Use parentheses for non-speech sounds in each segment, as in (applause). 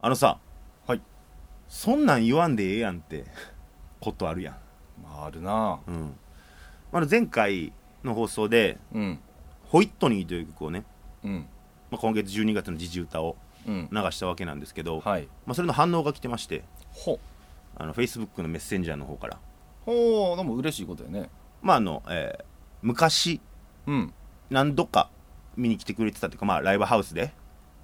あのさはいそんなん言わんでええやんって (laughs) ことあるや、まあ、あるなんうん、あの前回の放送でうん「ホイットニー」という曲をね、うんまあ、今月12月の時事歌をうん流したわけなんですけど、はいまあ、それの反応が来てましてほあの Facebook のメッセンジャーの方からほうでも嬉しいことやねまああの、えー昔うん何度か見に来てくれてたっていうかまあライブハウスで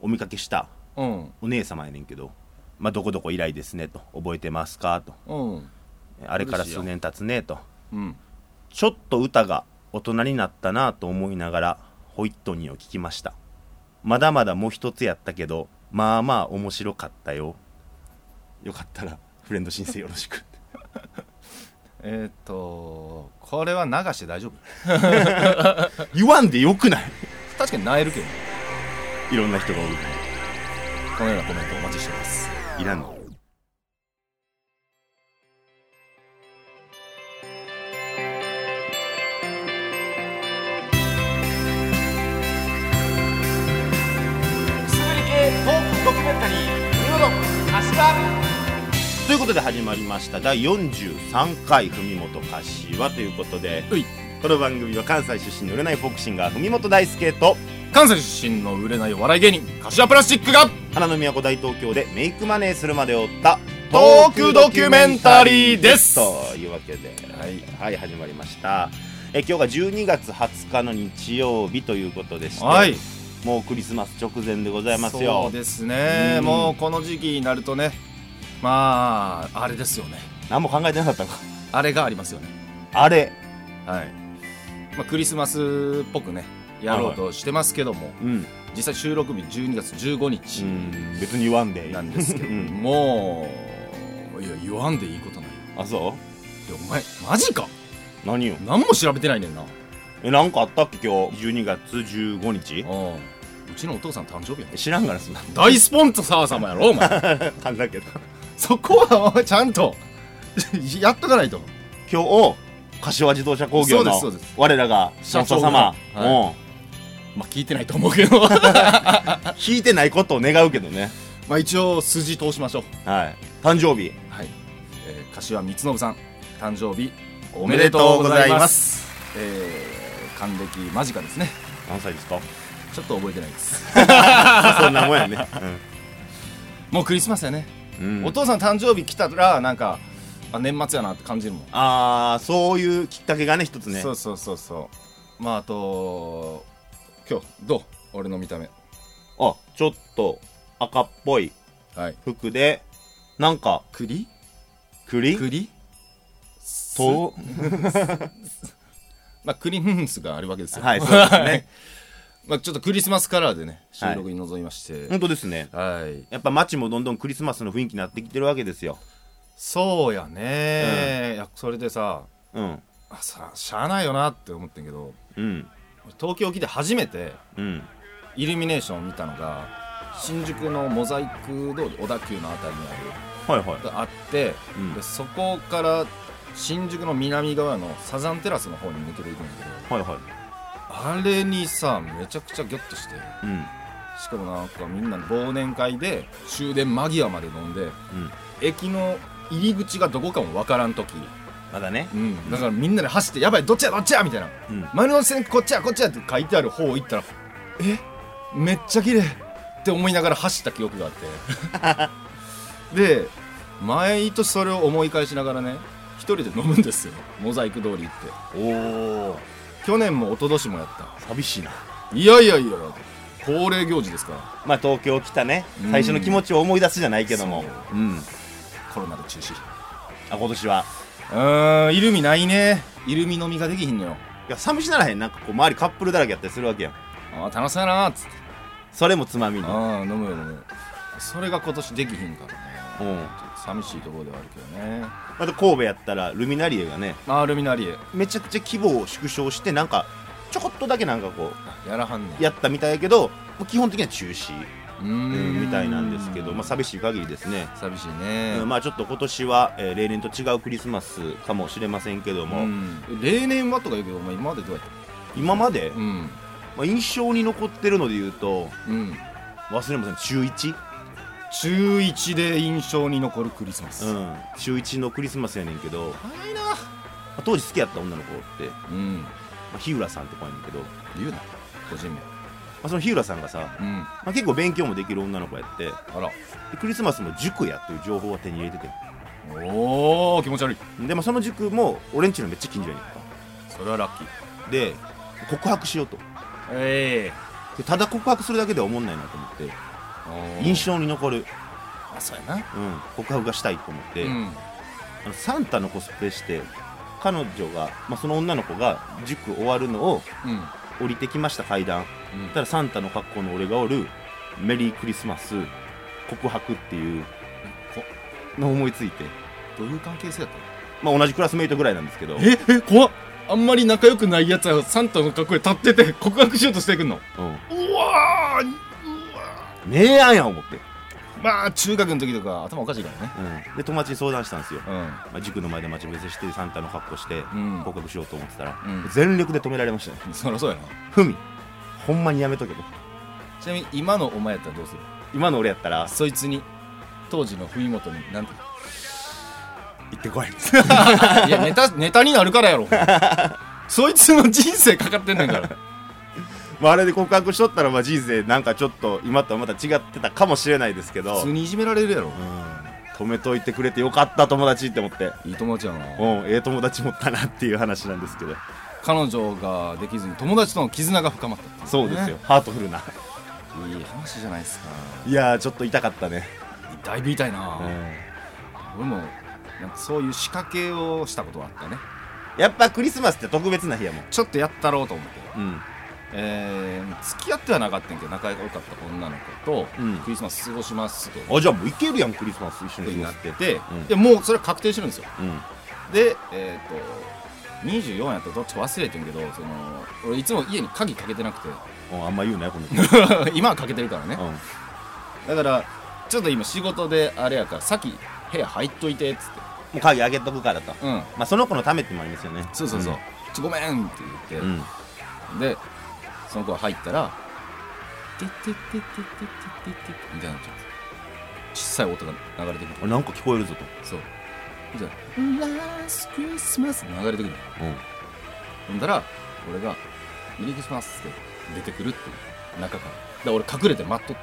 お見かけしたうんお姉様やねんけど「まあ、どこどこ以来ですね」と「覚えてますか?」とうん「あれから数年経つね」とうん「ちょっと歌が大人になったな」と思いながらホイットニーを聴きましたまだまだもう一つやったけどまあまあ面白かったよよかったらフレンド申請よろしくえーっとこれは流して大丈夫 (laughs) 言わんでよくない確かに萎えるけどいろんな人がおるかこのようなコメントお待ちしてますらいらんの薬系トークドキュメンタリー見事足場ということで始まりました第43回「文元柏」ということでういこの番組は関西出身の売れないボクシンガー文元大輔と関西出身の売れないお笑い芸人柏プラスチックが花の都大東京でメイクマネーするまでを追ったトークドキュメンタリーですというわけでははいい、始まりましたえ今日が12月20日の日曜日ということでして、はいもうクリスマス直前でございますそようですね、うんもうこの時期になるとねまああれですよね何も考えてなかったのかあれがありますよねあれはい、まあ、クリスマスっぽくねやろうとしてますけども、うん、実際収録日12月15う日ん、別に言わんでいいなんですけど、うんもういや言わんでいいことないよあそいやお前マジかう何よ何も調べてないねんなえなんかあったっけ今日12月15日うんうちのお父さん誕生日やね知らんがらすな (laughs) 大スポンサー様やろお (laughs) 前噛んだけどそこはお前ちゃんとやっとかないと今日柏自動車工業のそうですそうです我らが社長様社長がはまあ聞いてないと思うけ (laughs) どうん聞いてないことを願うけどねまあ一応筋通しましょうはい誕生日はい、えー、柏光信さん誕生日おめでめでととううごござざいいまますえー、還暦間近ですね何歳ですかちょっと覚えてないです (laughs) そんなもんや (laughs) ね、もうクリスマスやね、うんお父さん誕生日来たらなんかあ年末やなって感じるもん、ああそういうきっかけがね一つねそうそうそうそうまああと今日どう俺の見た目あちょっと赤っぽいはい服でなんか栗栗栗とまあ栗フンスがあるわけですよはいそうですね (laughs) はいまあちょっとクリスマスカラーでね収録に臨みまして本当ですねはいやっぱ街もどんどんクリスマスの雰囲気になってきてるわけですよそうやね、いやそれでさうんあさしゃあないよなって思ってんけどうん東京来て初めてうんイルミネーションを見たのが新宿のモザイク通り小田急のあたりにはいはあるあって、うんでそこから新宿の南側のサザンテラスの方に抜けていくんだけどいはいはあれにさめちゃくちゃギョッとしていうんしかもなんかみんな忘年会で終電間際まで飲んでうん駅の入り口がどこかもわからん時まだねうん、だからみんなで走って「やばいどっちやどっちや!」みたいなうん「丸の内線こっちやこっちや!」って書いてある方行ったら「えめっちゃ綺麗って思いながら走った記憶があってで毎年それを思い返しながらね一人で飲むんですよモザイク通り行っておお去年も一昨年もやった寂しいないやいやいや恒例行事ですからまあ東京来たねうん最初の気持ちを思い出すじゃないけどもそううんコロナで中止あ今年はうーんイルミないねイルミ飲みができひんのよいや寂しならへんなんかこう周りカップルだらけやったりするわけやんあー楽しそうやなーっつってそれもつまみにああ飲むよねそれが今年できひんからねうん寂しいところではあるけどねまた神戸やったらルミナリエがねあールミナリエめちゃくちゃ規模を縮小してなんかちょこっとだけなんかこやらはんねうやったみたいやけど基本的には中止うーうんんみたいなんですけど、まあ、寂しい限りですね、寂しいね、うんまあちょっと今年は、えー例年と違うクリスマスかもしれませんけども、うん例年はとか言うけどお前今までどうやった今まで、うんまあ、印象に残ってるので言うとうん忘れません中1中1で印象に残るクリスマス、うん週1のクリスマスやねんけど早いな当時好きやった女の子って、まうんあ、日浦さんって子やねんけど、ま言うな個人名あ、その日浦さんがさ、うんまあ、結構勉強もできる女の子やってであらクリスマスも塾やっていう情報は手に入れてておお気持ち悪いで、まあ、その塾も俺んちのめっちゃ近所やねんかそれはラッキーで告白しようとえでただ告白するだけでは思んないなと思ってえ印象に残る、あそうやなうん、告白がしたいと思って、うんあのサンタのコスプレして彼女が、まあ、その女の子が塾終わるのをうん降りてきました階段うんたらサンタの格好の俺がおる「メリークリスマス告白」っていうこのを思いついて、どういう関係性だっまあ、同じクラスメイトぐらいなんですけどたのええ怖っあんまり仲良くないやつはサンタの格好で立ってて告白しようとしてくんのうんうわーねえやんやん思って、まあ中学の時とか頭おかしいからねうん、で友達に相談したんですよ、うんまあ、塾の前で待ち伏せしてサンタの格好してうん告白しようと思ってたら、うん全力で止められましたねそりゃそうやな「ふみほんまにやめとけ」とちなみに今のお前やったらどうする今の俺やったらそいつに当時の文元になんて「行ってこい」 (laughs) いやネタネタになるからやろそいつの人生かかってんねん (laughs) から (laughs) まああれで告白しとったらまあ人生なんかちょっと今とはまた違ってたかもしれないですけど、普う通ん、にいじめられるやろ止めといてくれてよかった友達って思っていい友達やなうん、ええ友達持ったなっていう話なんですけど、彼女ができずに友達との絆が深まったっていねそうですよ、ハートフルな。いい話じゃないですかいやー、ちょっと痛かったね。だいぶ痛いな、うん俺もなんかそういう仕掛けをしたことはあったねやっぱクリスマスって特別な日やもん。ちょっとやったろうと思ってうん、えー、付き合ってはなかったんやけど仲良かった女の子とうんクリスマス過ごしますと、あ、じゃあもういけるやん、クリスマス一緒にに過なごしっててて。て、うんでもうそれは確定してるんですようん、でえっ、と24やったらどっちか忘れてんけどその俺いつも家に鍵かけてなくてうん、あんま言うなよ、この (laughs) 子。今はかけてるからね、うだからちょっと今仕事であれやから先部屋入っといてっつっん、もう鍵開けとくからと。てうんまあ、その子のためってもありますよね。そうそうそう、ちょごめんって言うっん。てう、ん、でその子が入ったら「てってってってってってってって」みたいになっちゃうんです小さい音が流れてくるあなんか聞こえるぞと。そうじゃあ「ラスクリスマス」流れてくるうん、ほんだら俺が「メリークリスマス」って出てくるっていう中からだから俺隠れて待っとっ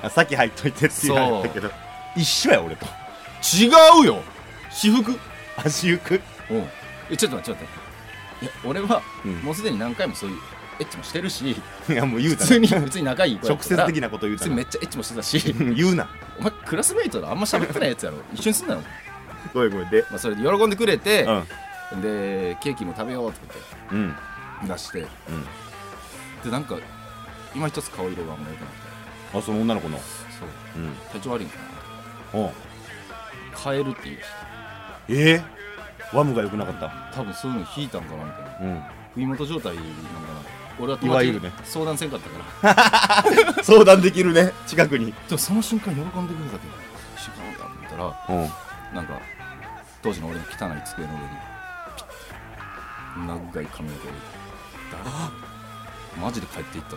たあ、先入っといてって言われたけど。一緒や、俺と。違うよ私服足行く。 (laughs) うんえちょっと待ってちょっと待っていや俺はうんもうすでに何回もそういうエッチもしてるしいや、もう言う普た通な。に別に仲いい子直やった接から的なこと言うた普通にめなっ。ちゃエッチもしてたし言うな。お前クラスメイトだあんま喋ってないやつやろ一緒にすんなよ、ごめんごめんで。まあ、それで喜んでくれてう、ん。でケーキも食べようってうん。言って出してうん。でなんか今一つ顔色があんま良くなくあ、その女の子の。てそううん。体調悪いんかなおカエルっていうしええワムが良くなかった。多分そういうの引いたんかなみたいな (laughs) うん。冬元状態なんかな俺は友いわ達ゆにるね相談せんかったから相談できるね、近くに。でもその瞬間喜んでくれたけど瞬間だと思ったらうん。なんか当時の俺の汚い机の上にピッ長い髪の毛を置いて誰マジで帰っていったか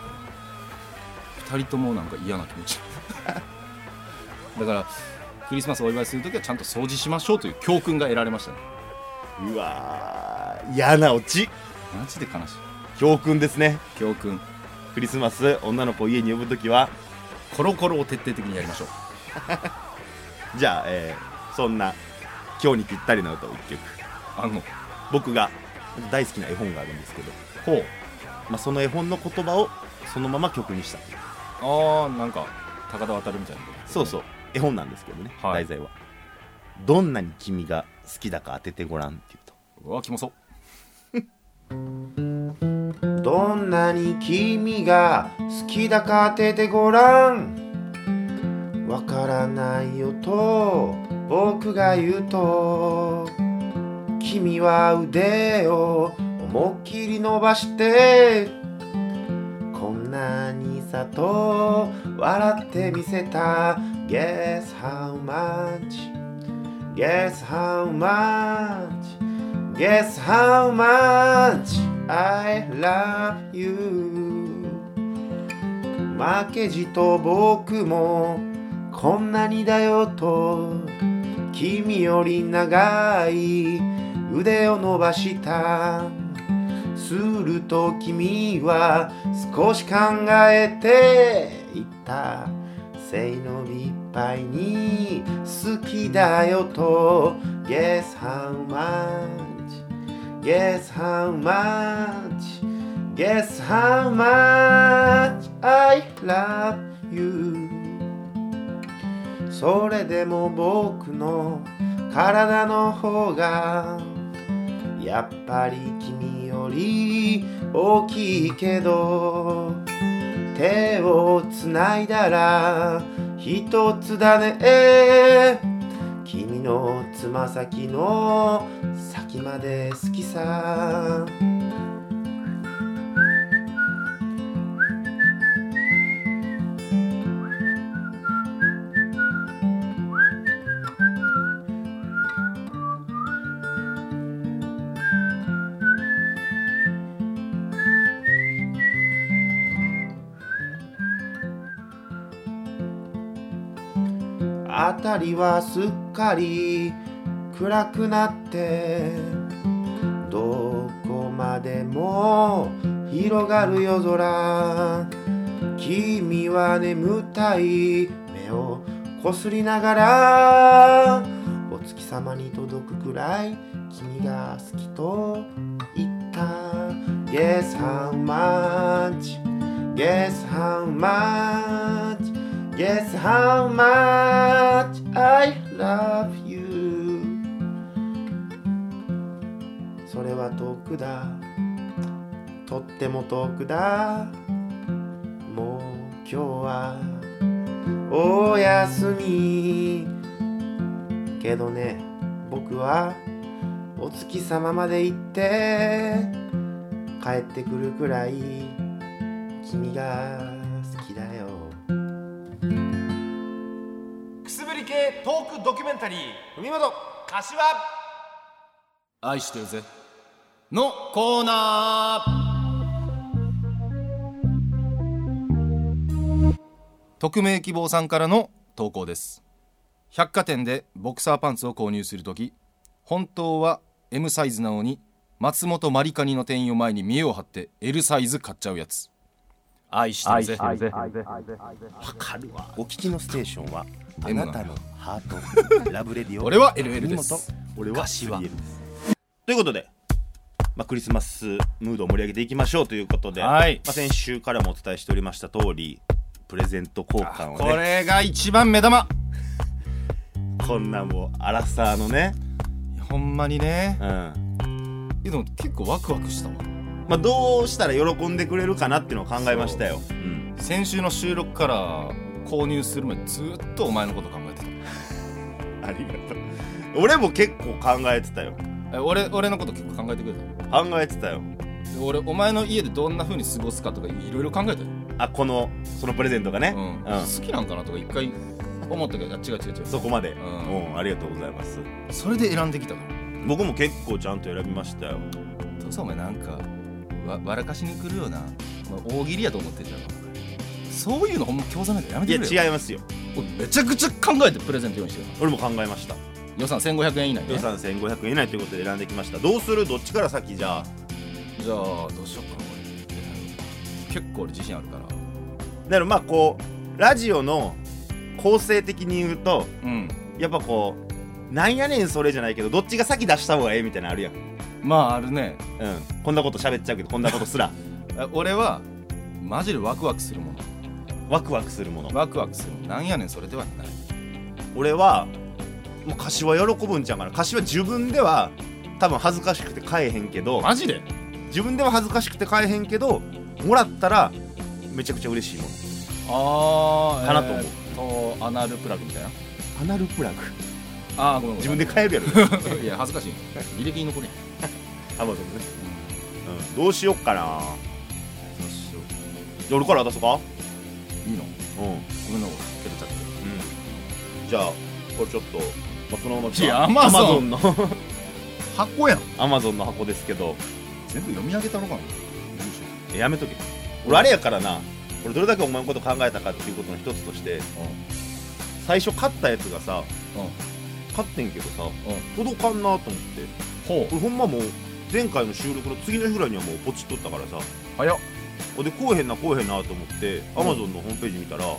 ら2人ともなんか嫌な気持ち (laughs) だからクリスマスお祝いするときはちゃんと掃除しましょうという教訓が得られましたねうわー、嫌なオチ。マジで悲し教訓ですね。い教訓クリスマス、女の子を家に呼ぶときは、コロコロを徹底的にやりましょうじゃあ、えー、そんな、今日にぴったりな歌を一曲。あの僕が大好きな絵本があるんですけど、ほうまあ、その絵本の言葉をそのまま曲にした。あーなんか高田渡るみたいなそうそう、絵本なんですけどね、はい題材は。どんなに君が好きだか当ててごらんっていうと。うわキモそうどんなに君が好きだか当ててごらんわからないよと僕が言うと君は腕を思いっきり伸ばしてこんなにさと笑ってみせた Guess how much Guess how much Guess how much I love you 負けじと僕もこんなにだよと君より長い腕を伸ばしたすると君は少し考えていった背伸びいっぱいに好きだよと Guess how much Guess how much Guess how much I love you それでも僕の体の方がやっぱり君より大きいけど手をつないだら一つだね君のつま先の先まで好きさあたりはすっかり暗くなってどこまでも広がる夜空君は眠たい目をこすりながらお月様に届くくらい君が好きと言った Guess how much Guess how much Guess how much I love you それは遠くだとっても遠くだもう今日はおやすみけどね僕はお月様まで行って帰ってくるくらい君が好きだよくすぶり系トークドキュメンタリー海本柏愛してるぜのコーナー匿名希望さんからの投稿です百貨店でボクサーパンツを購入するとき本当は M サイズなのに松本マリカニの店員を前に見栄を張って L サイズ買っちゃうやつ愛してるぜお聞きのステーションはあ M ななんだたのハート (laughs) ラブレディオ俺は LL です国本俺は柏 3L ですということで、まあ、クリスマスムードを盛り上げていきましょうということで、はいまあ、先週からもお伝えしておりました通りプレゼント交換をこねれが一番目玉こんなもうアラサーのね、いやほんまにねうんまでも結構ワクワクしたわあ、どうしたら喜んでくれるかなっていうのを考えましたよ、うん、先週の収録から購入する前ずっとお前のこと考えてありがとう俺も結構考えてたよたえ俺俺のこと結構考えてくれた考えてたよで俺お前の家でどんな風に過ごすかとかいろいろ考えたよ、あこのそのプレゼントがね、うん好きなんかなとか一回思ったけどあ違う違う違うそこまで、うんん、ありがとうございますそれで選んできたから僕も結構ちゃんと選びましたよ父さんお前なんかわ笑かしに来るような、まあ、大喜利やと思ってんじゃんそういうのほんま興ざめてやめいてやくれよ違いますよ俺めちゃくちゃ考えてプレゼント用意してる俺も考えました予算1500円以内ね予算1500円以内ということで選んできましたどうするどっちから先じゃあじゃあどうしようかな俺結構俺自信あるからだからまあこうラジオの構成的に言うとうんやっぱこうなんやねんそれじゃないけどどっちが先出した方がええみたいなのあるやん、うん、まああるねこんなこと喋っちゃうけどこんなこと (laughs) すらあ俺はマジでワクワクするものワクワクするものワクワクするものなんやねんそれではない俺はもう柏喜ぶんちゃうかな柏自分では多分恥ずかしくて買えへんけどマジで自分では恥ずかしくて買えへんけどもらったらめちゃくちゃ嬉しいもんああかなと思ううとアナルプラグみたいなアナルプラグああごめんご自めん分で買えるやろ (laughs) いや恥ずかしい履歴に残るアやんマゾンでね、うん、どうしよっかなじゃあ俺から出そうかいいのうん、うん、ごめんな俺蹴れちゃってじゃあこれちょっと、まあ、そのままいや Amazon の箱やん Amazon の箱ですけど全部読み上げたのかなやめとけ俺あれやからな俺どれだけお前のこと考えたかっていうことの一つとして、最初買ったやつがさうん買ってんけどさん届かんなと思ってほ俺ほんまもう前回の収録の次の日ぐらいにはもうポチっとったからさ早っほんでこうへんなこうへんなと思ってアマゾンのホームページ見たら、うん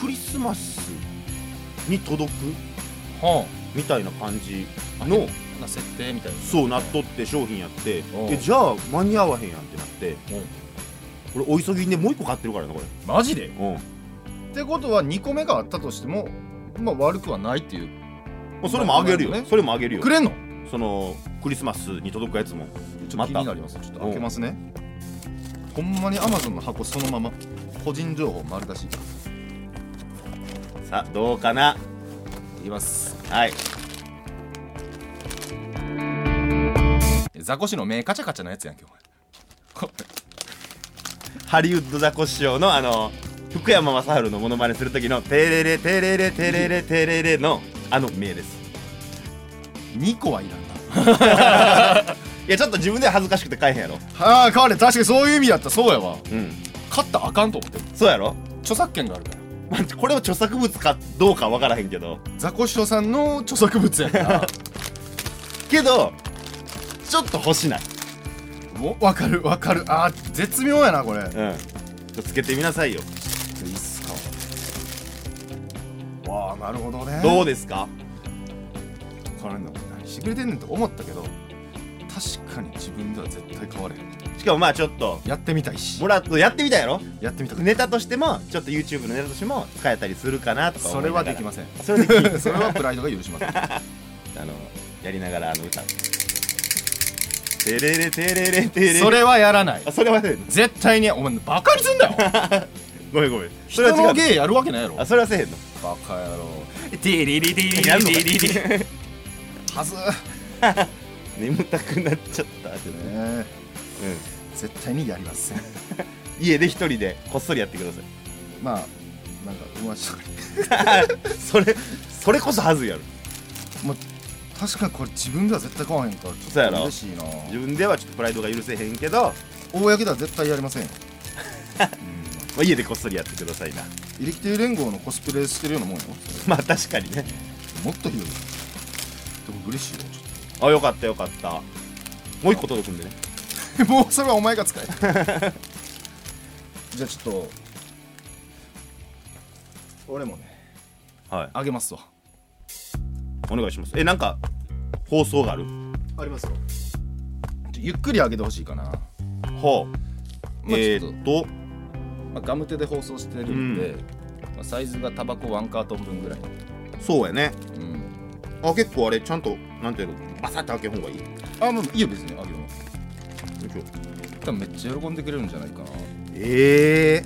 クリスマスに届くほみたいな感じうのな設定みたいなそうなっとって商品やってうんえじゃあ間に合わへんやんってなって俺お急ぎでもう一個買ってるからなこマジでれうんってことは2個目があったとしてもまあ悪くはないっていうもうそれもあげるよ、まあまあねそれもあげるよくれんのそのクリスマスに届くやつもちょまっとた気になりますちょっと開けますねほんまに Amazon の箱そのまま個人情報丸出しいさあどうかなきますはいザコシの目カチャカチャのやつやんけお前こハリウッドザコシショウのあの福山雅治のモノマネする時の「テレレテレレテレレテレレ」のあの名ですれ2個はいらんないやちょっと自分では恥ずかしくて買えへんやろああ彼確かにそういう意味だったそうやわうん勝ったらあかんと思ってるそうやろ著作権があるからまあこれは著作物かどうかわからへんけどザコシショさんの著作物やから (laughs) けどちょっと欲しないもうわかるわかるあー絶妙やなこれうんつけてみなさいよいいっすかわあなるほどねどうですかこれの何してくれてんねんと思ったけど確かに自分では絶対変われへんしかもまあちょっとやってみたいしもらっとやってみたやろやってみたくねネタとしてもちょっと YouTube のネタとしても使えたりするかなとかそ思れいなはがらできませんそれできそれはプライドが許しませんあのやりながらあの歌テレレテレレテレレそれはやらないあそれはね絶対にお前バカにすんだよごめんごめんそれ人は違うのの芸やるわけないやろあそれはせえへんのバカやろディリリディリやるのかいリリリはず眠たくなっちゃったってね、ねうん絶対にやりません家で一人でこっそりやってくださいまあなんか友達とかにそれそれこそはずいやろ確かにこれ自分では絶対買わへんからちそうょやっとろ嬉しいな自分ではちょっとプライドが許せへんけど、ま公では絶対やりませんよ、あ、家でこっそりやってくださいなうん、イレキテイ連合のコスプレしてるようなもんよまあ確かにねもっとひどいよでも嬉しいよちょあよかったよかったもう一個届くんでねっと (laughs) もうそれはお前が使えじゃあちょっと俺もねはいあげますわお願いしますえなんか放送があるありますよゆっくりあげてほしいかな、まあ、ほうえちょっとー、っとまあ、ガム手で放送してるんで、うまあ、サイズがタバコワンカートン分ぐらい、そうやねうん、あ結構あれちゃんとなんていうのバサッと開けんほうがいいよあもういいよ別にあげますいしょ多分めっちゃ喜んでくれるんじゃないかなもえ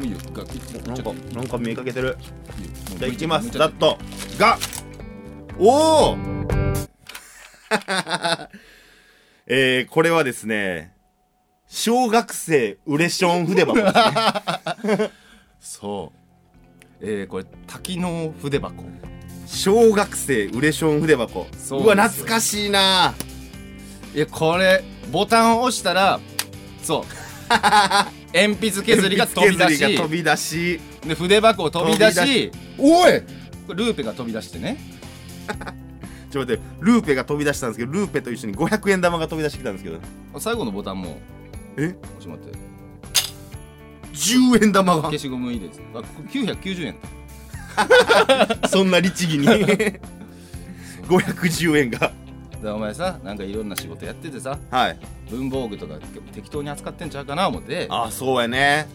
えういいよがいいよなんちょかっといいよなんか見かけてるもうじゃあいきますむちざゃっとがおお (laughs) えー、これはですね小学生ウレション筆箱です (laughs) ねそうえー、これ多機能筆箱小学生ウレション筆箱そううですよわ懐かしいないやこれボタンを押したら (laughs) そう鉛筆削りが飛び出削りしが飛び出しで筆箱を飛び出し飛びおいこれルーペが飛び出してねちょっと待ってルーペが飛び出したんですけどルーペと一緒に500円玉が飛び出してきたんですけど最後のボタンもえ押しまって10円玉が消しゴムいいですあこ990円 (laughs) そんな律 (laughs) 儀に510円がでお前さなんかいろんな仕事やっててさはい文房具とか適当に扱ってんちゃうかな思ってあそうやね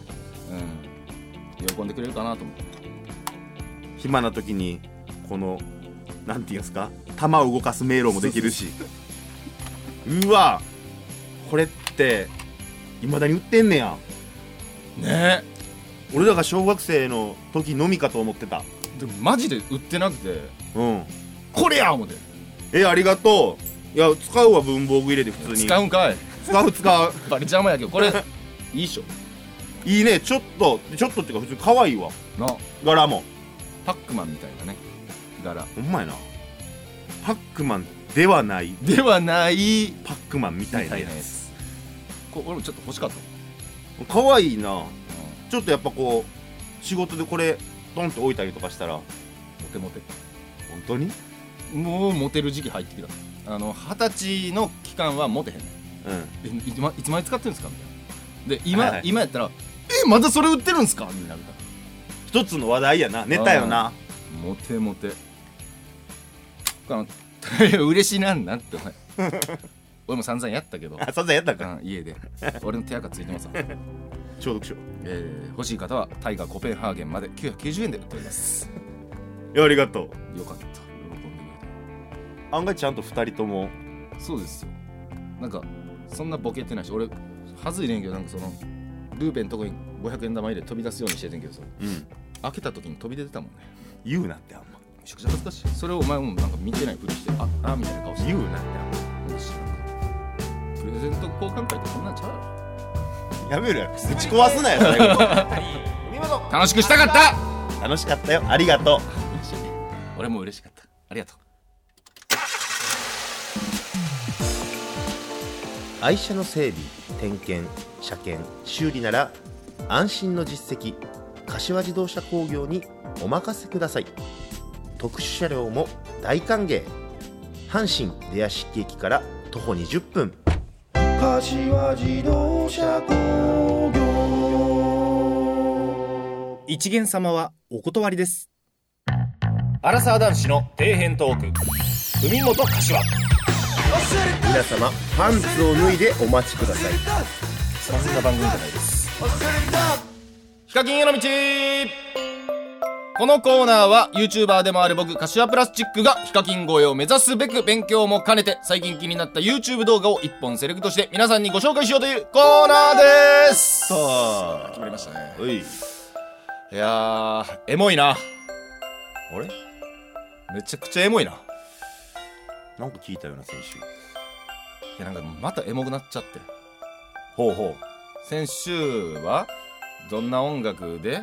うん、喜んでくれるかなと思って暇な時にこのなんていうんですか玉を動かす迷路もできるしうわこれっていまだに売ってんねやね俺らが小学生の時のみかと思ってたえでもマジで売ってなくてうんこれや思ってえありがとういや使うわ文房具入れて普通に使うんかい使う使うバリ邪魔やけどこれいいっしょいいねちょっとちょっとっていうか普通に可愛いわな柄もパックマンみたいなね柄ほんまやなパックマンではないではないみパックマンみたたいいななややつつこれ俺もちょっと欲しかった、可愛いなうちょっとやっぱこう仕事でこれドンって置いたりとかしたら本モテモテ当にもうモテる時期入ってきたあの二十歳の期間はモテへんねんうんえいつまいつまで使ってるんですかみたいなで今、はいはい今やったらえまたそれ売ってるんですかになるから一つの話題やなネタよなモテモテこの (laughs) いや嬉しいなんなんってお前 (laughs) 俺も散々やったけど、あさんざんやったんうかん、家で俺の手垢ついてますわ、消毒しよえー欲しい方はタイガーコペンハーゲンまで990円で売っておりますういやありがとうよかった喜んでく案外ちゃんと二人ともれてそうですよなんかそんなボケてないし俺はずいねんけどなんかそのルーベンとこに500円玉入れて飛び出すようにしててんけどさうん開けた時に飛び出てたもんね言うなってあんまめちゃくちゃ恥ずかしいそれをお前もなんか見てないふりしてああみたいな顔して言うなってあんなんか知らんプレゼント交換会ってこんなんちゃうやまやめろやぶち壊すなよ最後ろ楽しくしたかった楽しかったよありがとう嬉しい俺も嬉しかったありがとう愛車の整備点検車検修理なら安心の実績柏自動車工業にお任せください特殊車両も大歓迎阪神出屋敷駅から徒歩20分柏自動車工業一元様はお断りですアラサー男子の底辺トーク海本柏皆様パンツを脱いでお待ちくださいそんな番組じゃないですヒカキンへの道このコーナーは YouTuber でもある僕柏プラスチックがヒカキン越えを目指すべく勉強も兼ねて最近気になった YouTube 動画を1本セレクトして皆さんにご紹介しようというコーナーですさあ決まりましたねおいいやーエモいなあれめちゃくちゃエモいないなんか聞いたような先週やなんかまたエモくなっちゃってほうほ先週はどんな音楽で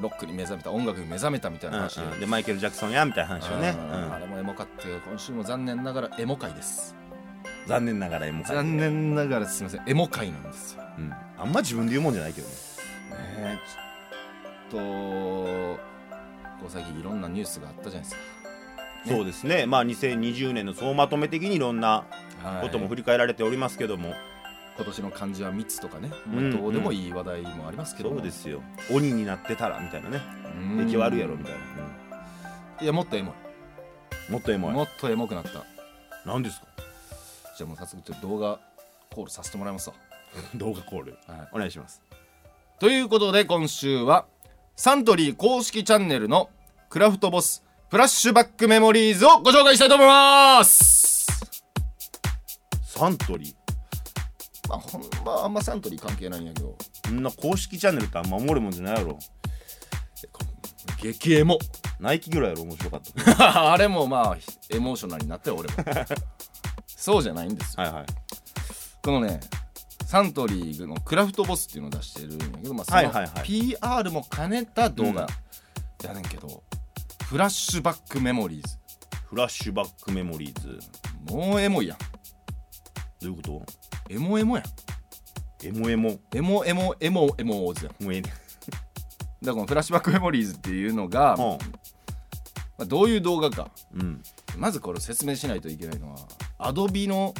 ロックに目覚めた音楽に目覚めたみたいな話で,、んうん、でマイケル・ジャクソンやみたいな話をね、うんあれもエモかったよ今週も残念ながらエモ回ですうん残念ながらエモかった残念ながらすみませんエモ回なんですよねうん、あんま自分で言うもんじゃないけどねえちょっとこう最近いろんなニュースがあったじゃないですねそうですね、まあ、2020年の総まとめ的にいろんなか、はことも振り返られておりますけども、今年の漢字は密とかね、うんうんどうでもいい話題もありますけどそうですよ鬼になってたらみたいなねうん出来悪いやろみたいな、いやもっとエモいもっとエモもいっとエモくなったじゃ何ですかあもう早速ちょっと動画コールさせてもらいますわ動画コールはいお願いしますということで今週はサントリー公式チャンネルのクラフトボスフラッシュバックメモリーズをご紹介したいと思いますサントリーまあ本場はあんまサントリー関係ないんやけどこんな公式チャンネルってあんま守るもんじゃないやろ激エモ (laughs) ナイキぐらいやろ面白かったあれもまあエモーショナルになったよ (laughs) 俺もそうじゃないんですよはいはいこのねサントリーのクラフトボスっていうのを出してるんやけど、まあ、そはいはいはのい PR も兼ねた動画やねんけど、フラッシュバックメモリーズフラッシュバックメモリーズどもうエモいやんういうことエモエモやんエモエモエモエモエモエモオーズやんだかもうええねらこのフラッシュバックメモリーズっていうのが、まあ、どういう動画かうん、うん、まずこれを説明しないといけないのはアドビの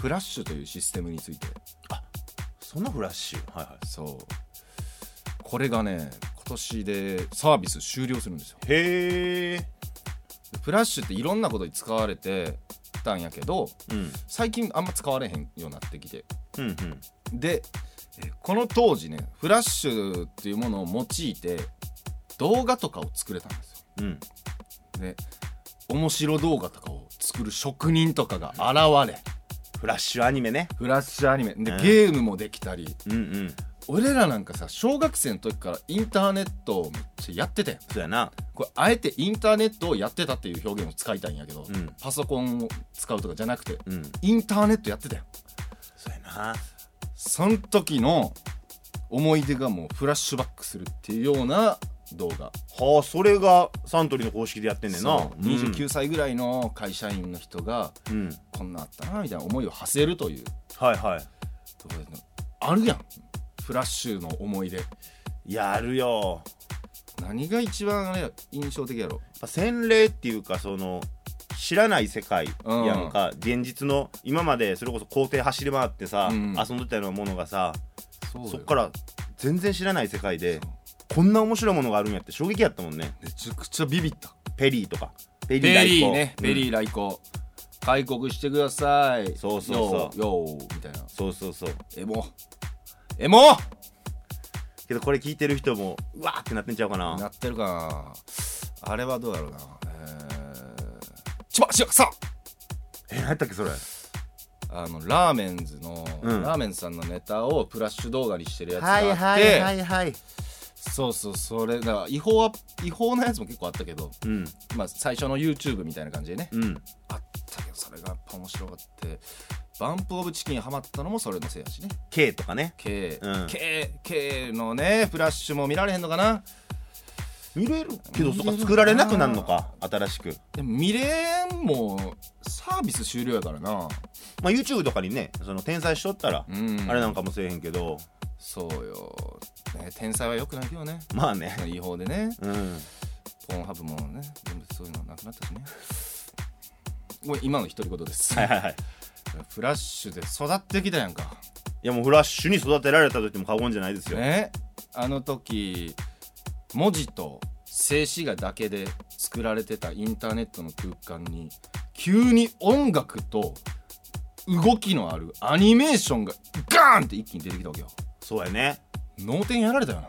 フラッシュというシステムについてそのフラッシュはいはそうこれがね今年でサービス終了するんですよいへえフラッシュっていろんなことに使われてたんやけどうん最近あんま使われへんようになってきてうんうんでえーこの当時ねフラッシュっていうものを用いて動画とかを作れたんですようんで面白動画とかを作る職人とかが現れフラッシュアニメねフラッシュアニメでうんゲームもできたりうんうん俺らなんかさ小学生の時からインターネットをめっちゃやっててんそうやなこれあえてインターネットをやってたっていう表現を使いたいんやけど、うんパソコンを使うとかじゃなくてうんインターネットやってたよそうやなその時の思い出がもうフラッシュバックするっていうような動画はあそれがサントリーの公式でやってんねんなそう29歳ぐらいの会社員の人がうん、うん、こんなんあったなみたいな思いを馳せるというはいはいところであるやんフラッシュの思い出やるよ何が一番あれや印象的ややろっぱ洗礼っていうかその知らない世界うんやんか、現実の今までそれこそ校庭走り回ってさ、うん遊んでたようなものがさそそっからら全然知らない世界でそうこんな面白いものがあるんやって衝撃やったもんねめちゃくちゃビビったペリーとかペペ代リー行ねペリー来航、開国してくださいそうそうそうよよみたいなそうそうそうエモエモけどこれ聞いてる人もうわーってなってんちゃうかななってるかなあれはどうやろうなちばしばさんえ何やったっけそれあのラーメンズの、うんラーメンズさんのネタをプラッシュ動画にしてるやつがはあって、いはいはいはいそうそうそれだから違法は違法なやつも結構あったけど、うんまあ、最初の YouTube みたいな感じでね、うんあったけどそれがやっぱ面白かってバンプ・オブ・チキンハマったのもそれのせいやしね K とかね K、うん K, K のねフラッシュも見られへんのかな見れるけどそっか作られなくなるのか新しくでも見れんもサービス終了やからなまあ YouTube とかにねその転載しとったら、うんあれなんかもせえへんけどそうよ、ね、天才はよくないけどねまあね違法でねうんポーンハブもね全部そういうのなくなったし (laughs) ねこれ今の独り言ですはいはいはいフラッシュで育ってきたやんかいやもうフラッシュに育てられたと言っても過言じゃないですよ、ねあの時文字と静止画だけで作られてたインターネットの空間に急に音楽と動きのあるアニメーションがガーンって一気に出てきたわけよそうやね脳天やられたよな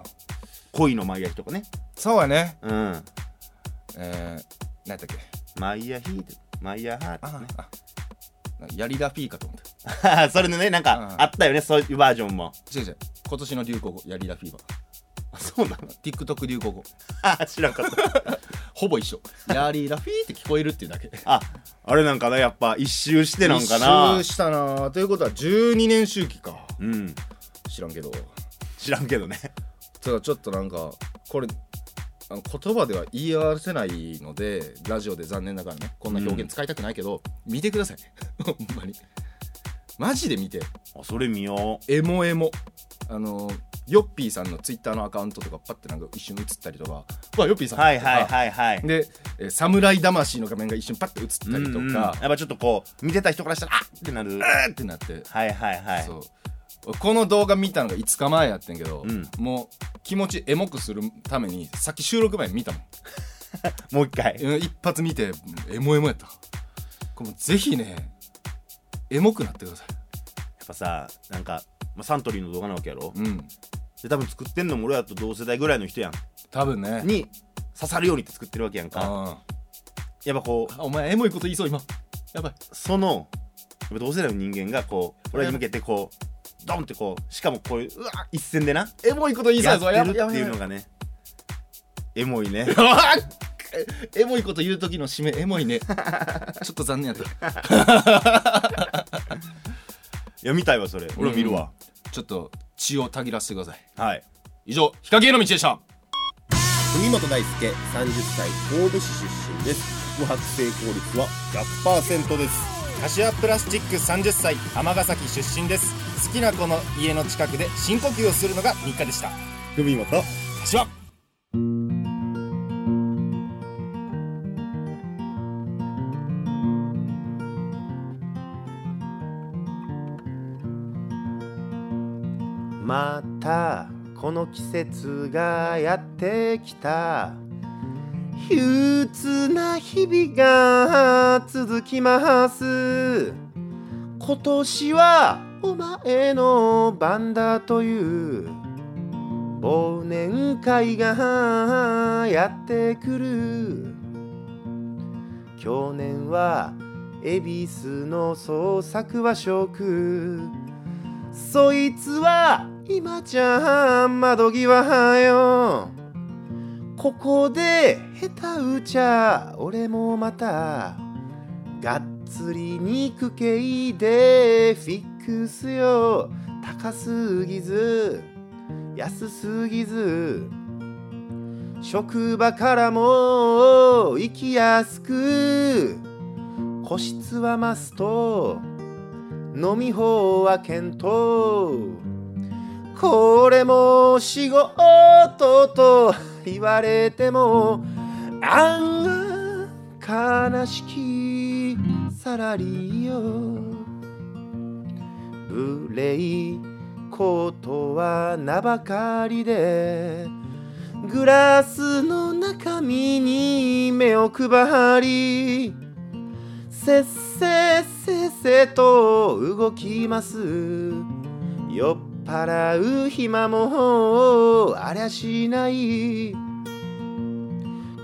恋のマイヤヒとかねそうやねうんえー、何やったっけマイヤヒーマイヤハーとかあ、ねあやりだピーかと思った (laughs) それのねなんかうんあったよねそういうバージョンも違う違う今年の流行語やりだフィーバーあそうなの TikTok 流行語あ知らんかったほぼ一緒やりだフィーって聞こえるっていうだけああれなんかなやっぱ一周してなんか一な周したなということは12年周期かうん知らんけど知らんけどねただちょっとなんかこれあの言葉では言い表せないのでラジオで残念ながらねこんな表現使いたくないけど、見てください (laughs) ほんまにマジで見てあそれ見よエモエモあのヨッピーさんのツイッターのアカウントとかパッてなんか一瞬映ったりとかうわヨッピーさうんはいはいとかはいはいでえー侍魂の画面が一瞬パッて映ったりとか、うんうんやあっぱちょっとこう見てた人からしたらあっってなるーってなってはいはいはいそうこの動画見たのが5日前やってんけど、うんもう気持ちエモくするためにさっき収録前に見たもんもう一回うん一発見てエモエモやったこれもうぜひねエモくなってくださやっぱさなんか、まあ、サントリーの動画なわけやろいうんで多分作ってんのも俺らと同世代ぐらいの人やん多分ねに刺さるようにって作ってるわけやんかあやっぱこうあお前エモいこと言いそう今やばいそのやっぱ同世代の人間がこう俺らに向けてこうドンってこうしかもこういううわ一線でなエモいこと言いそうややぞってるっていうのやがねエモいね (laughs) ばいやばいやばいエモいこと言う時の締めエモ (laughs) いねちょっと残念やったいや見たいわそれ俺も見るわ、ちょっと血をたぎらせてくださいはい以上ヒカキンへの道でした文本大輔30歳神戸市出身です宿泊成功率は100%です柏プラスチック30歳尼崎出身です好きな子の家の近くで深呼吸をするのが日課でした文本柏またこの季節がやってきた憂鬱な日々が続きます今年はお前の番だという忘年会がやってくる去年は恵比寿の創作和食そいつは今じゃ窓際よここで下手打ちゃ俺もまたがっつり肉系でフィックスよ高すぎず安すぎず職場からも行きやすく個室はマスト飲み放は検討これも仕事と言われても案外悲しきサラリーよ無礼ことは名ばかりでグラスの中身に目を配りせっせっせっせと動きます酔っ払う暇もありゃしない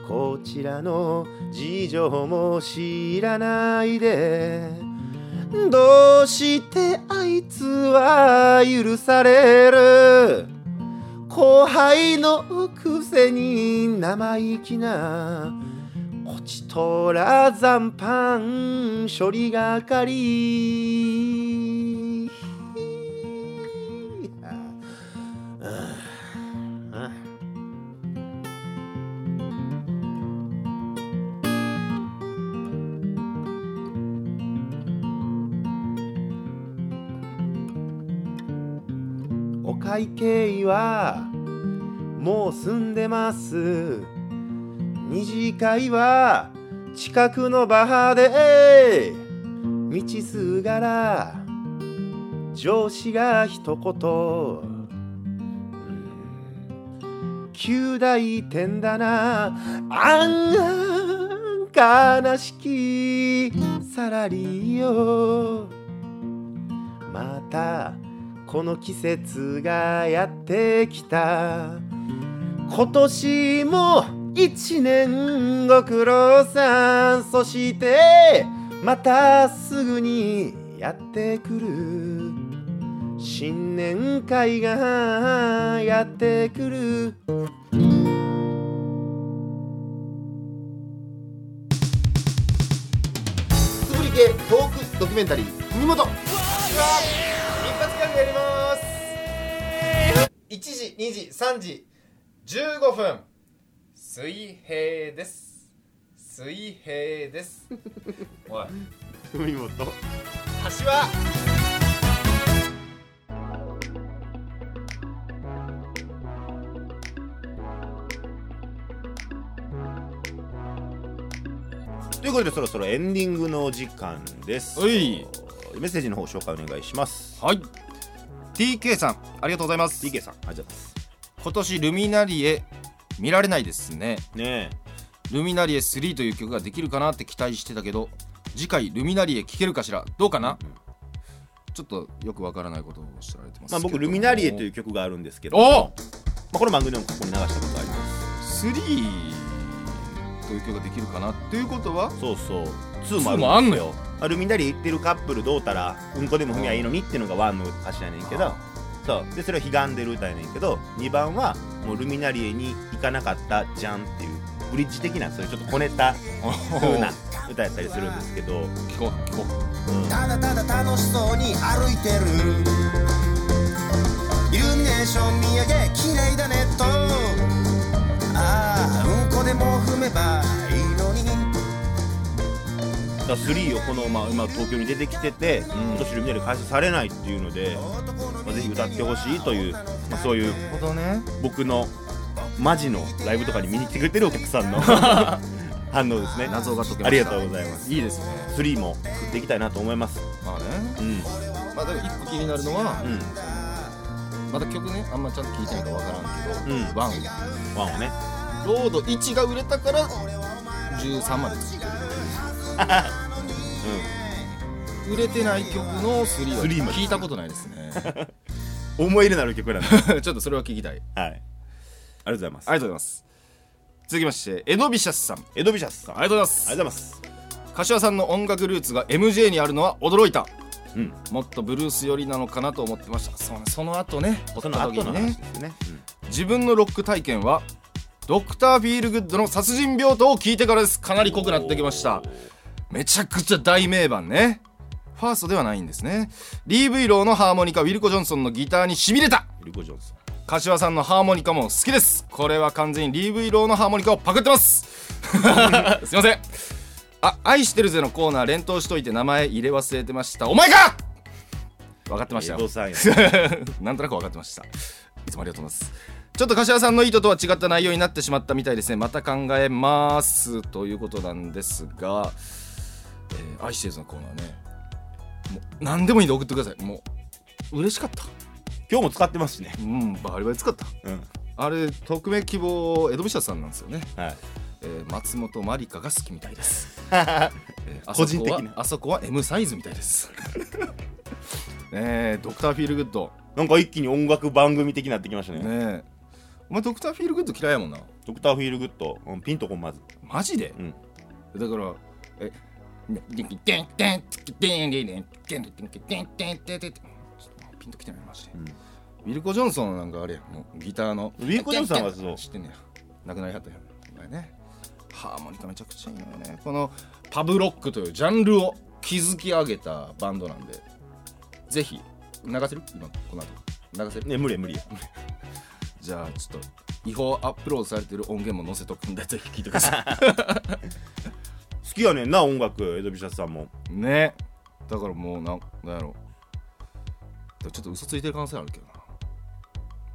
こちらの事情も知らないでどうしてあいつは許される後輩のくせに生意気なこちとら残飯処理係お会計はもう済んでます二次会は近くのバーで道すがら上司が一言旧大点だなあんあん悲しきサラリーよまたこの季節がやってきた今年も一年ご苦労さんそしてまたすぐにやってくる新年会がやってくるつぶり系トークドキュメンタリー文元一発ギャグやります1時2時3時15分水平です水平ですおい文元橋はということでそろそろエンディングのお時間ですおいメッセージの方紹介お願いしますはい TK さんありがとうございます DK さんありがとうございます今年ルミナリエ見られないですねねルミナリエ3という曲ができるかなって期待してたけど次回ルミナリエ聴けるかしらどうかな、ちょっとよくわからないことをおっしゃられてますまあ僕ルミナリエというう曲があるんですけど、まおあ、この番組でもここに流したことあります3という曲ができるかなっていうことはそうそう2もある2もあんのよまあルミナリエ行ってるカップルどうたらうんこでも踏みゃいいのにっていうのが1の歌詞やねんけどそうでそれを悲願でる歌やねんけど2番はもうルミナリエに行かなかったじゃんっていうブリッジ的なそういうちょっとこねた風 (laughs) な歌やったりするんですけど、うん、聞こう聞こうただただ楽しそうに歩いてるイルミネーション見上げ綺麗だねとああうんこでも踏めばいいの (laughs) にだから3をこの、まあ、今東京に出てきてて、今年ルミナリエ開催されないっていうので、まあ、ぜひ歌ってほしいという、まあ、そういうほどね僕のマジのライブとかに見に来てくれてるお客さん (laughs) の反応ですね謎が解けましたありがとうございますいいですね3も作っていきたいなと思いますまあねうんまあでも一個気になるのは、うんまだ曲ねあんまちゃんと聴いてないからわからんけど、うんワンワンをねロード1が売れたから13まで作ってる売れてない曲の3は3まで聞いたことないで (laughs) すね (laughs) 思い入れのある曲なんで (laughs) はいちょっとそれは聞きたいあありりがとうございますがとうございます続きましてエドビシャスさんあエドビシャスさんありがとうございますりがとうございます柏さんの音楽ルーツが MJ にあるのは驚いた、うんもっとブルース寄りなのかなと思ってましたそうねその後ねその後のね話ですね自分のロック体験はドクター・フィールグッドの殺人病棟を聞いてからですかなり濃くなってきましためちゃくちゃ大名盤ねファーストではないんですね DV ローのハーモニカウィルコ・ジョンソンのギターにしびれたうんリコ・ジョンソン柏さんのハーモニカも好きですこれは完全に DV ローのハーモニカをパクってます (laughs) すいませんあ愛してるぜのコーナー連投しといて名前入れ忘れてましたお前か分かってました江よ戸さんやなんとなく分かってましたいつもありがとうございますちょっと柏さんの意図とは違った内容になってしまったみたいですねまた考えますということなんですが、えー、愛してるぞのコーナーねもう何でもいいんで送ってくださいもう嬉しかった (laughs) 今日も使ってますしねうんバリバリ使ったうんあれ匿名希望江戸美社さんなんですよね、はいえー松本まりかが好きみたいです、えー個人的なあそこはあそこは M サイズみたいです (laughs) ねえドクターフィールグッドなんか一気に音楽番組的になってきましたねねえお前ドクターフィールグッド嫌いやもんなドクターフィールグッド、うん、ピンとこんまずマジで、うんだからえねデンデンデンデンデンデンデンデンデンデンデンデンデンデンデンデンデンデンちょっとピンときてないマジで、ウィルコ・ジョンソンなんかあれやもうギターのウィルコジョンソンはそう知ってんねや亡くなりはったやんお前ねハーモニカめちゃくちゃいいよねこのパブロックというジャンルを築き上げたバンドなんでぜひ流せる今この後流せるね無理や無理やじゃあちょっと違法アップロードされてる音源も載せとくんでぜひ聞いてくださ好きやねんな音楽エドビシャスさんも (laughs) いねだからもうなんなんやろでもちょっと嘘ついてる可能性あるけどな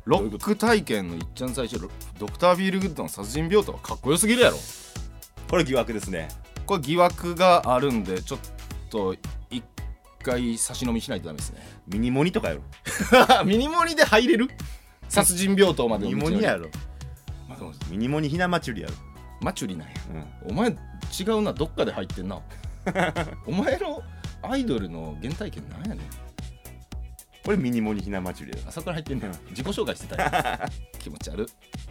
ロック体験のいっちゃん最初ロドクター・ビール・グッドの殺人病とはかっこよすぎるやろこれ疑惑ですねこれ疑惑があるんでちょっと一回差し飲みしないとダメですねミニモニとかやろ (laughs) ミニモニで入れる殺人病棟までミのニモ道のりニやろまあでもミニモニひなまちゅりやろマチュリなんやうんお前違うなどっかで入って (laughs) んなお前のアイドルの原体験なんやねんこれミニモニひなまちゅりやろあそこから入ってんねん自己紹介してたや (laughs) ん気持ち悪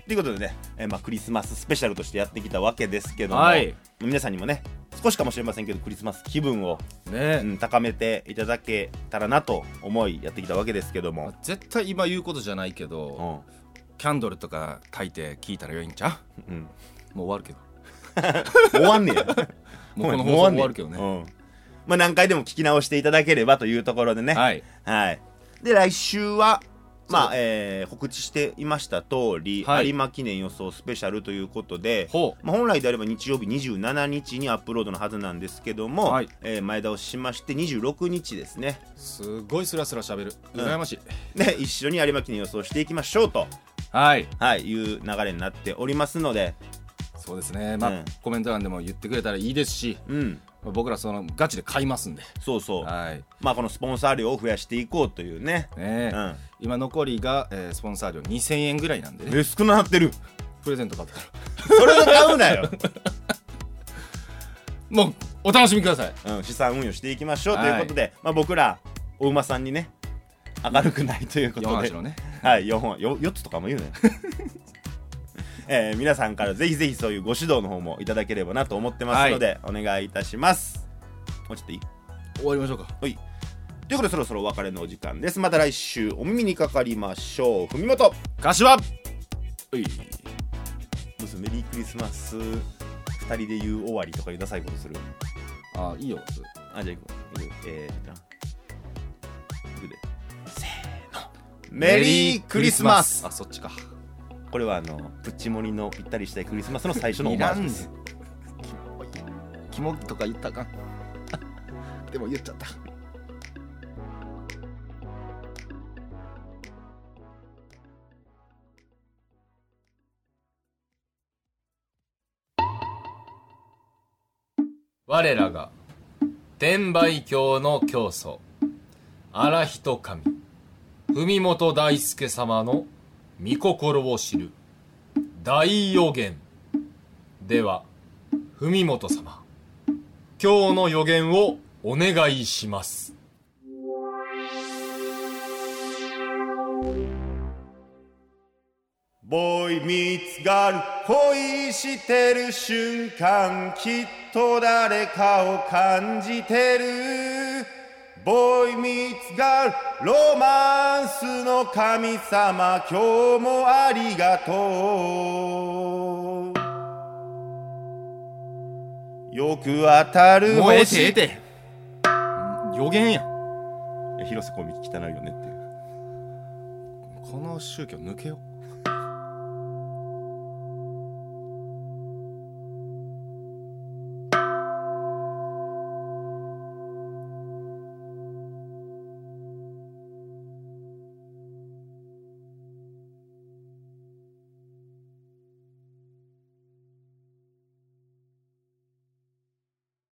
ということでね、えーまあ、クリスマススペシャルとしてやってきたわけですけども、はい皆さんにもね少しかもしれませんけどクリスマス気分を、ねうん高めていただけたらなと思いやってきたわけですけども、絶対今言うことじゃないけどキャンドルとか書いて聞いたらよいんちゃうんうん、うもう終わるけ終どわんねや (laughs) もうこのごめん放送もう終わるけどね終わんねやうんまあ、何回でも聞き直していただければというところでねはいはい、で来週はまあ、えー告知していました通り、はい有馬記念予想スペシャルということで、ほまあ、本来であれば日曜日27日にアップロードのはずなんですけども、はいえー前倒ししまして26日ですねうすごいスラスラ喋るん羨ましい、で一緒に有馬記念予想していきましょうと、はいはい、いう流れになっておりますので、そうですねまあ、うんコメント欄でも言ってくれたらいいですしうん、まあ僕らそのガチで買いますんでそうそう、はいまあ、このスポンサー料を増やしていこうというね、ねえ、うん今残りが、えースポンサー料2000円ぐらいなんでねえ少ななってるプレゼント買ったからそれを買うなよ、 (laughs) もうお楽しみくださいうん、資産運用していきましょうとはいいうことで、まあ、僕らお馬さんにね明るくないということ4で話のねはい、4本、よ4つとかも言うね。 (laughs) えー皆さんからぜひぜひそういうご指導の方もいただければなと思ってますので、お願いいたします。もうちょっといい終わりましょうかはい。ということでそろそろお別れのお時間です。また来週お耳にかかりましょう。文元柏ういどうするメリークリスマス2人で言う終わりとかいうダサいことするあいいよそれあ、じゃあ行こう。行くえー、じゃあ行くで。せーの。メリークリスマスあそっちかこれはあの、プッチモリのぴったりしたいクリスマスの最初のオいマーらジュんでねす。んキモとか言ったらあか (laughs) んでも言っちゃった我らが天売教の教祖荒人神文本大輔様の御心を知る大予言では文本様今日の予言をお願いしますボーイミーツガール恋してる瞬間きっと誰かを感じてるボーイミーツガールロマンスの神様今日もありがとうよく当たるもうええ星てええて予言やん広瀬香美汚いよねってこの宗教抜けよう